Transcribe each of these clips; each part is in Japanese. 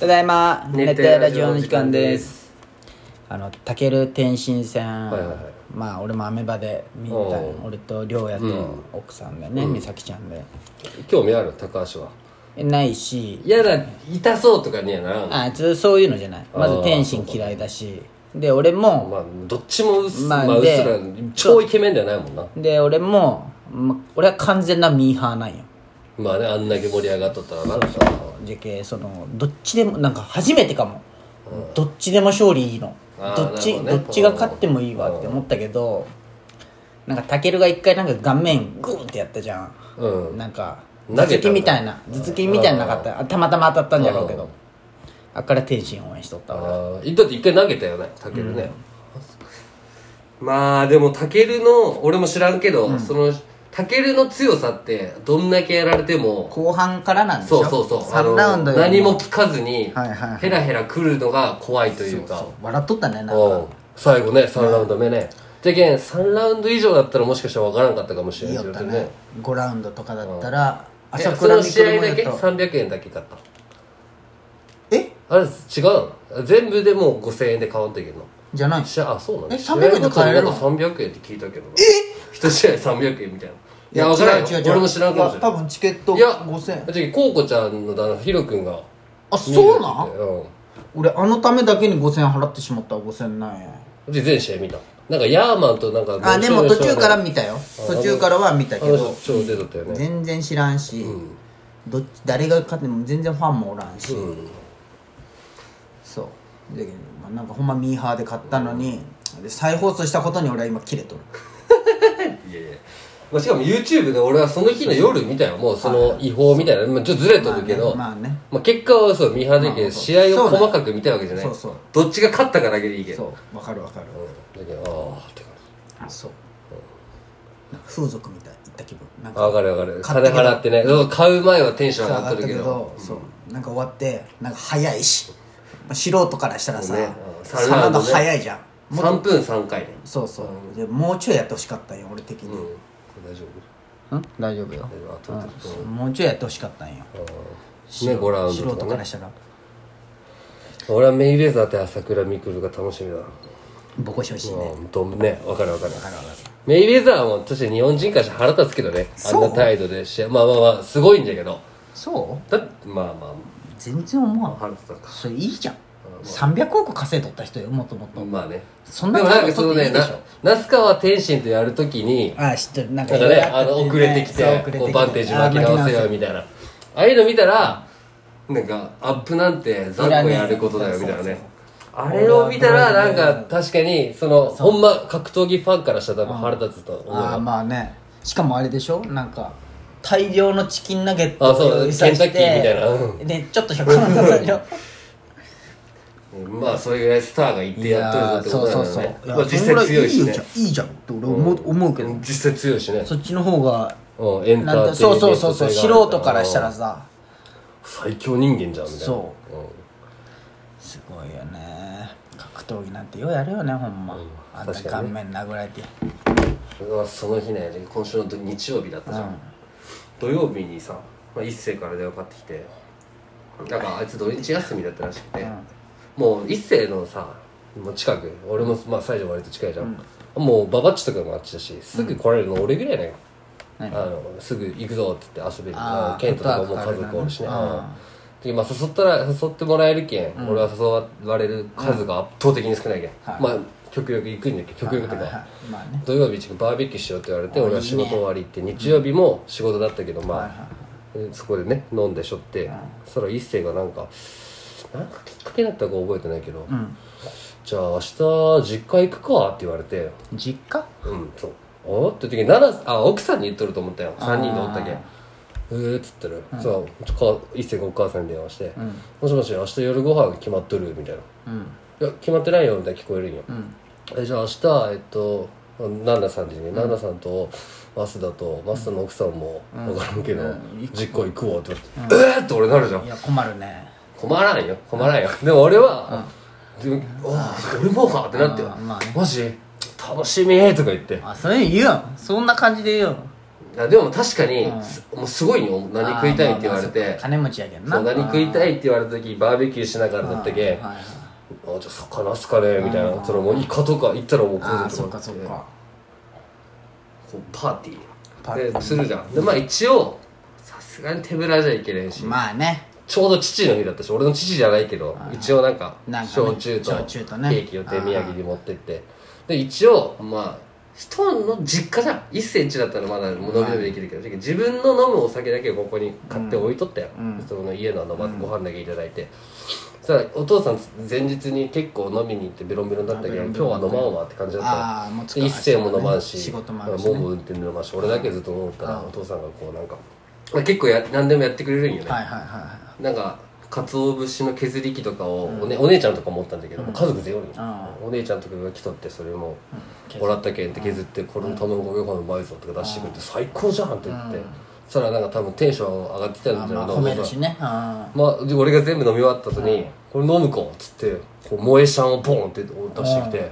ただいま寝寝ててララジジオオのの時時間間でですすあのたける天心戦、はいはいはいまあ俺もアメ場で見たおう俺と亮也と奥さんでね、美咲ちゃんで興味ある高橋はえないし嫌だ痛そうとかにはならんあつそういうのじゃないまあーず天心嫌いだしで俺もまあどっちもうっす,、ままああ、うっですら超イケメンではないもんなで俺も、ま、俺は完全なミーハーなんよまあねあんだけ盛り上がっとったらなかじゃけそのどっちでもなんか初めてかも、どっちでも勝利いいのあーどっちなるほどどねっちが勝ってもいいわって思ったけどなんかタケルが一回なんか顔面グーンってやったじゃん、うんなんか投頭げたんだ突きみたいな頭突きみたいななかったあたまたま当たったんじゃろうけうんどあっから天心応援しとった俺あーだって一回投げたよねタケルね、まあでもタケルの俺も知らんけど、そのタケルの強さってどんだけやられても後半からなんでしそょうそうそうあ3のラウンドより何も聞かずにはいはいはいヘラヘラ来るのが怖いというかそう笑っとったねなんかうん最後ね3ラウンド目ねじゃけん3ラウンド以上だったらもしかしたら分からんかったかもしれいいなよいったけどねね5ラウンドとかだったらえ朝そ倉の未試来合だもけだと300円だけ買ったえあれ違うの全部でもう5000円で買わんといけんのじゃない試合あそうなのえ300円で買えるの試合ごとになんか300円って聞いたけどえ一試合300円みたいないいやや分からんよ違う違う違う俺も知らんかもしれやな多分チケットいいや5000円じゃけんこうこちゃんの旦那ヒロ君があそうなん見るって言って俺あのためだけに5000円払ってしまったわ5000なんやうんで全試合見たなんかヤーマンとなんかあでも途中から見たよ途中からは見たけあの人ど超出とったよね全然知らんし、どっち誰が勝っても全然ファンもおらんし、うんそうだけど、まあ、なんかほんまミーハーで買ったのに、で再放送したことに俺は今キレとるいやいやまあ、しかも YouTube で俺はその日の夜見たよもうその違法みたいな、まあ、ちょっとずれとるけど、まあねまあねまあ結果はそう見張るけど、まあそう試合を細かく見たわけじゃないそうそうどっちが勝ったかだけでいいけどそうわかるわかる、だけどああって感そうなんか風俗みたい行った気分なんじか分かる分か買るってけ金ば払ってねそう買う前はテンション上上ががっっとたるけけどどそうなんか終わってなんか早いし、まあ、素人からしたらさ、そうねうんサラダ早いじゃんもっと3分3回でそうそう、でもうちょいやってほしかったんよ俺的うんに、大丈夫うん、大丈夫よ大丈夫あ撮ってるそうもうちょいやってほしかったんようんね5ラウン素ド人とかからねしたら俺はメイウェザーって朝倉未来が楽しみだなボコしてほしいねうんどんね分かる分かるだからメイウェザーも確かに日本人からして腹立つけどねあんそうな態度で試合まあまあまあすごいんだけどそうだってまあま全然思わあん腹立つかそれいいじゃん300億稼いとった人よもともとまあねそんなでもなんか態そ度の取っていねいでなしょ那須川天心とやるときにああ知ってるなんかなんかねあの遅れてきてこうバンテージ巻き直せよみたいなああいうの見たらなんかアップなんて雑魚やることだよみたいなねあれを見たらなんか確かにそのほんま格闘技ファンからしたら多分腹立つと思うああよまあねしかもあれでしょなんか大量のチキンナゲットあそう用意させてケンタッキーみたいなうでちょっと100万だ よまあそういうぐらいスターがいてやっとるぞってこそうそうそうとだいよやねまあ実際強いしそんぐらいいいよねじゃんいいじゃんって俺思う思うけど実際強いしねそっちの方がうんエンタなんだーテインそメンうト性がそうあるそうそう素人からしたらさ最強人間じゃんみたいなそうんすごいよね格闘技なんてようやるよねほんま、あんな確か顔に面殴られてうわその日ね今週の土日曜日だったじゃん、土曜日にさ、まあ、一星から電話かかってきてなんかあいつ土日休みだったらしくて、もう一星のさもう近く俺もまあ西条割と近いじゃん、もうババッチとかもあっちだしすぐ来られるの俺ぐらいだよ、あのすぐ行くぞって言って遊びにあーケントとかもフットワーク家族おるしね軽いなうんでまあ、誘ったら誘ってもらえるけん、俺は誘われる数が圧倒的に少ないけん、はいまあ極力行くんだけど極力とか、はいはいまあね土曜日ちょっとバーベキューしようって言われてあ俺は仕事終わり行って日曜日も仕事だったけどまあえそこでね飲んでしょってそしたら一星がなんかなんかきっかけだったか覚えてないけどじゃあ明日実家行くかって言われて実家うんそうおって時に奈良あ奥さんに言っとると思ったよ3人でおったけんえーっつったら、そうか一星がお母さんに電話して「もしもし明日夜ご飯決まっとる?」みたいなうんいや決まってないよみたいな聞こえるんよ、んえじゃあ明日えっとナンナさんっていうねナンナさんとマスダとマスダの奥さんも分からんけど、実家行くわって言って、えー、って俺なるじゃんいや困るね困らんよ困らんよでも俺は、でおー俺もかってなって、うんまあねマジ楽しみとか言ってあそれ言うやんそんな感じで言うやんあでも確かに、うんすもうすごいよ何食いたいって言わあーまあまあれそてっか、金持ちやけんなそう何食いたいいって言われた時バーベキューしながらだったけはいはいあじゃあ魚っすかねみたいなそのもうイカとか行ったらもう食ああうぞそとっかかってそっかこうパーティーパッでするじゃんでまあ一応さすがに手ぶらじゃいけないし、まあねちょうど父の日だったし俺の父じゃないけど一応なんかなんかね焼酎と焼ケ酎とねーキを手土産に持ってってで一応まあ人の実家じゃん1センチだったらまだもう伸び伸びできるけど、自分の飲むお酒だけここに買って置いとったよ、うんその家のあのまずご飯だけいただいて、さあお父さん前日に結構飲みに行ってベロンベロンだったけどあベロ今ンベ日ロンは飲まんわって感じだったのああもう疲でれ一斉も飲まんし、仕事もあもるしもねも運転で飲まんし俺だけずっと飲むから、うんお父さんがこうなんかまあ結構や何でもやってくれるんよね、はいはいはいはなんか鰹節の削り器とかをお,、ねお姉ちゃんとか持ったんだけど、家族全員おるよあお姉ちゃんとかが来とってそれも削もらったけんって削って、これの卵ご飯うまいぞとか出してくれて最高じゃんって言って、そしたらなんか多分テンション上がってきたいあんじゃまないあか褒めるしねあまあ、で俺が全部飲み終わった後に「これ飲むか」っつってこう萌えシャンをボンって出してきて、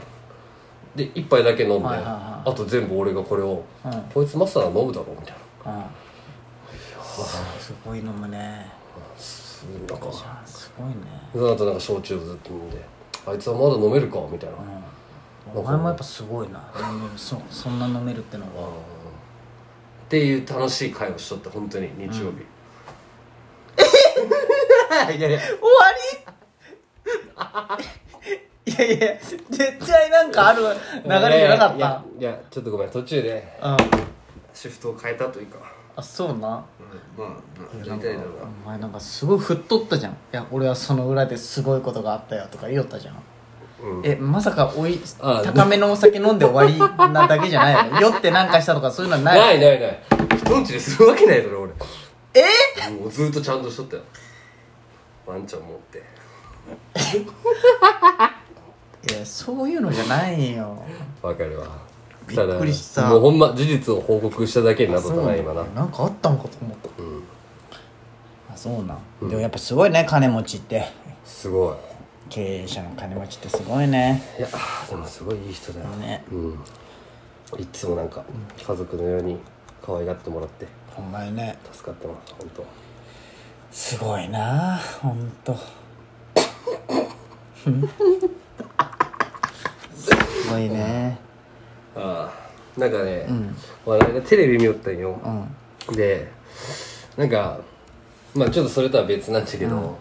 で一杯だけ飲んで、はいはいはあと全部俺がこれを「うんこいつマスター飲むだろ」みたいなあうんすごい飲むねすなんかすごいねその後なんか焼酎をずっと飲んで「あいつはまだ飲めるか」みたいな、お前もやっぱすごいな飲めるそそんな飲めるってのはっていう楽しい会をしとって本当に日曜日、 いやいや終わり いやいや絶対なんかある流れじゃなかっいたやいやいやちょっとごめん途中でうんシフトを変えたというか、あそうなまあまあやりたいだろうなお前なんかすごい振っとったじゃんいや俺はその裏ですごいことがあったよとか言おったじゃん、うえまさかおいあ 高めのお酒飲んで終わりなだけじゃないよ ね酔ってなんかしたとかそういうのはないないないない人んちでするわけないだろ俺えもうずっとちゃんとしとったよワンちゃん持っていやそういうのじゃないよわかるわびっくりしただもうほんま事実を報告しただけになっとったなそう今ななんかあったんかと思った、んあそうなん、でもやっぱすごいね金持ちってすごい経営者の金持ちってすごいねいやでもすごいいい人だよねうんいつもなんか家族のように可愛がってもらってほんまにね助かってます本当。すごいなほんとすごいねああなんかね、まあなんかテレビ見よったんよ、でなんかまあちょっとそれとは別なんだけど、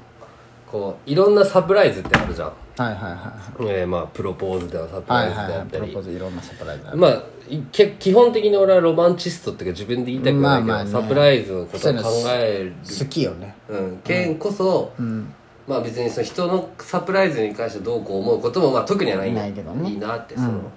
こういろんなサプライズってあるじゃん、はいはいはえーまあプロポーズであいサプはライいズはいであはっいたプり、ロポーズいろんなサプライズあるまあいけ基本的に俺はロマンチストっていうか自分で言いたくないけど、まあまあねサプライズのことを考える好きよねうん、けんこそ、んまあ別にその人のサプライズに関してどうこう思うこともまあ特にはないんだないけどねいいなってその、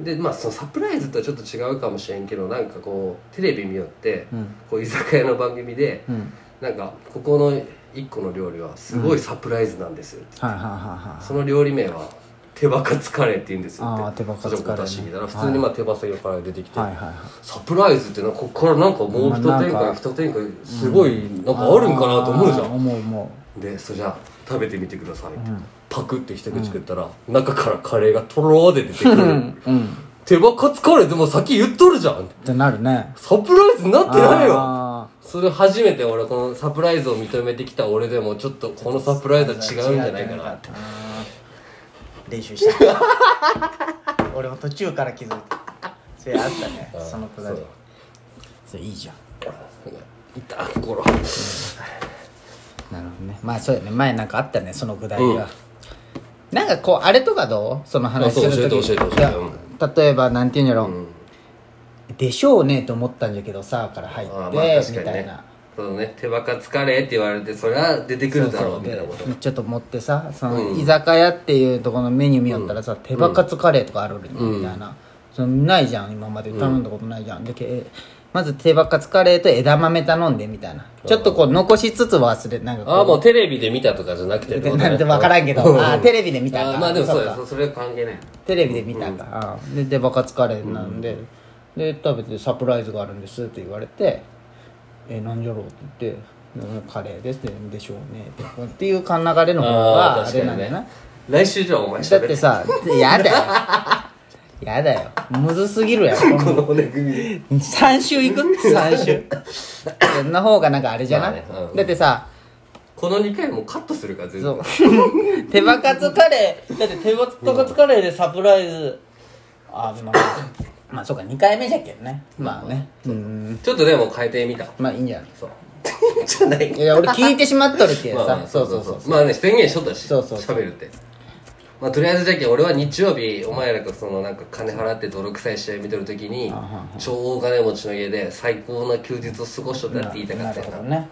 でまあそのサプライズとはちょっと違うかもしれんけどなんかこうテレビ見よって、んこう居酒屋の番組で、うんなんかここの一個の料理はすごいサプライズなんです、はいはいはいはいその料理名は手羽カツカレーって言うんですよってあー手羽カツカレーねそれを出してきたら普通にまあ手羽先から出てきて、はいはいはいサプライズってなんかこっからなんかもう一展まあなん開か一展開すごいなんかあるんかなと思うじゃあーん思う思でそれじゃあ食べてみてくださいって、パクって一口食ったら、中からカレーがとろーで出てくる、ううん手羽カツカレーでも先言っとるじゃんってなるねサプライズになってないよあそれ初めて俺このサプライズを認めてきた俺でもちょっとこのサプライズは違うんじゃないかなってーあー練習した 俺も途中から気づいたそれあったねそのくだりそうそれいいじゃんいた心なるほどねまあそうよね前なんかあったねそのくだりは、なんかこうあれとかどうその話すあるそう時教えて教えて教えていや例えばなんていうんやろ、んでしょうねと思ったんじゃけどさから入って、あーまあ確みかにたいねなそのね手羽カツカレーって言われてそれは出てくるだろうみたいなことでちょっと持ってさその居酒屋っていうところのメニュー見よったらさ、手羽カツカレーとかあるみたいな、そのないじゃん今まで頼んだことないじゃん、でけまず手羽カツカレーと枝豆頼んでみたいなちょっとこう残しつつ忘れなんかこああもうテレビで見たとかじゃなくてってこと ねなんて分からんけどうあーテレビで見たかあーまあでもそうそだうそそれは関係ないうテレビで見たんか、あーで手羽カツカレーなんで、で食べてサプライズがあるんですって言われて「えー、なんじゃろう?」って言って「カレーです」って「でしょうね」ってっていう流れの方がーあれなんだよな、来週じゃあお前だっ喋っててさ、やだよ。やだよむずすぎるやろ この骨組みで3週行く ?3 週そんな方がなんかあれじゃない、まあねうんだってさこの2回もカットするから全そ部う 手羽かつカレーだって手羽かつカレーでサプライズあでもまあまあそうか2回目じゃっけんねまあねうんちょっとでも変えてみたまあいいんじゃないそう じゃないいや俺聞いてしまっとるけ まあどまさあそうそうそうまあね宣言しとったしそうそうそ喋るってまあとりあえずじゃけん俺は日曜日お前らがそのなんか金払って泥臭い試合見てる時に超大金持ちの家で最高な休日を過ごしとったって言いたかなったるよほなどね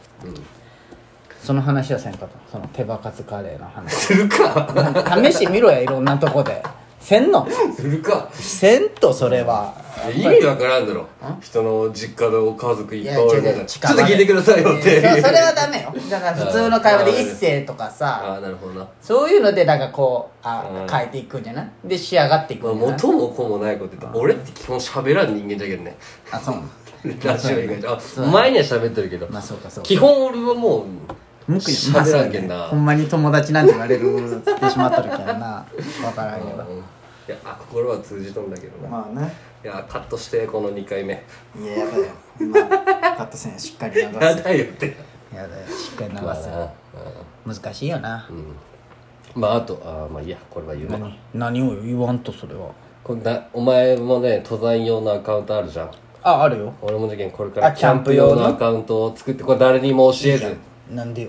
その話はせんかとその手羽かつカレーの話するか 試してみろやいろんなとこでせんのするかせんとそれ はいや意味わからんだろ人の実家の家族いっぱいおる中でちょっと聞いてくださいよっていやそうそれはダメよだから普通の会話で一斉とかあさあなるほどなそういうのでなんかこううあん変えていくんじゃないで仕上がっていまくあんじゃない元も子もないこと言って俺って基本喋らん人間じゃけんねあそう ラジオ以外であそう前には喋ってるけどまあそうかそうか基本俺はもう無喋まあそうらやんけんねな、ほんまに友達なんて言われるってしまっとるけどな分からんけどうんいやあ心は通じとんだけどな、まあねいやカットしてこの2回目いややだよ、まあ、カット線しっかり流すや だよってやだよしっかり流まあすな難しいよなうんまああとあまあいいやこれは言うな何何を言わんとそれはこれだお前もね登山用のアカウントあるじゃんああるよ俺もじゃけんこれからあキャンプ用のアカウントを作ってこれ誰にも教えずなんでよ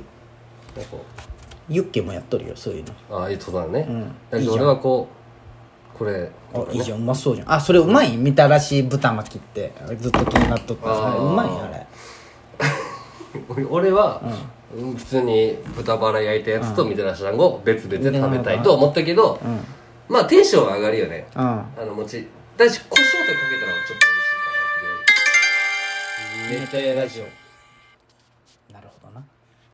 でこユッケもやっとるよそういうのうああいう登山ね、んだけど俺はこうこれあいいじゃんうまそうじゃんあそれうまいみたらし豚巻きってあれずっと気になっとったあーあれうまいあれ俺 俺は、うん普通に豚バラ焼いたやつとみたらし団子を別々で食べたいと思ったけど、まあテンション上がるよねうあの餅だし胡椒とかけたらちょっと嬉しいかなってぐらい熱帯夜ラジオ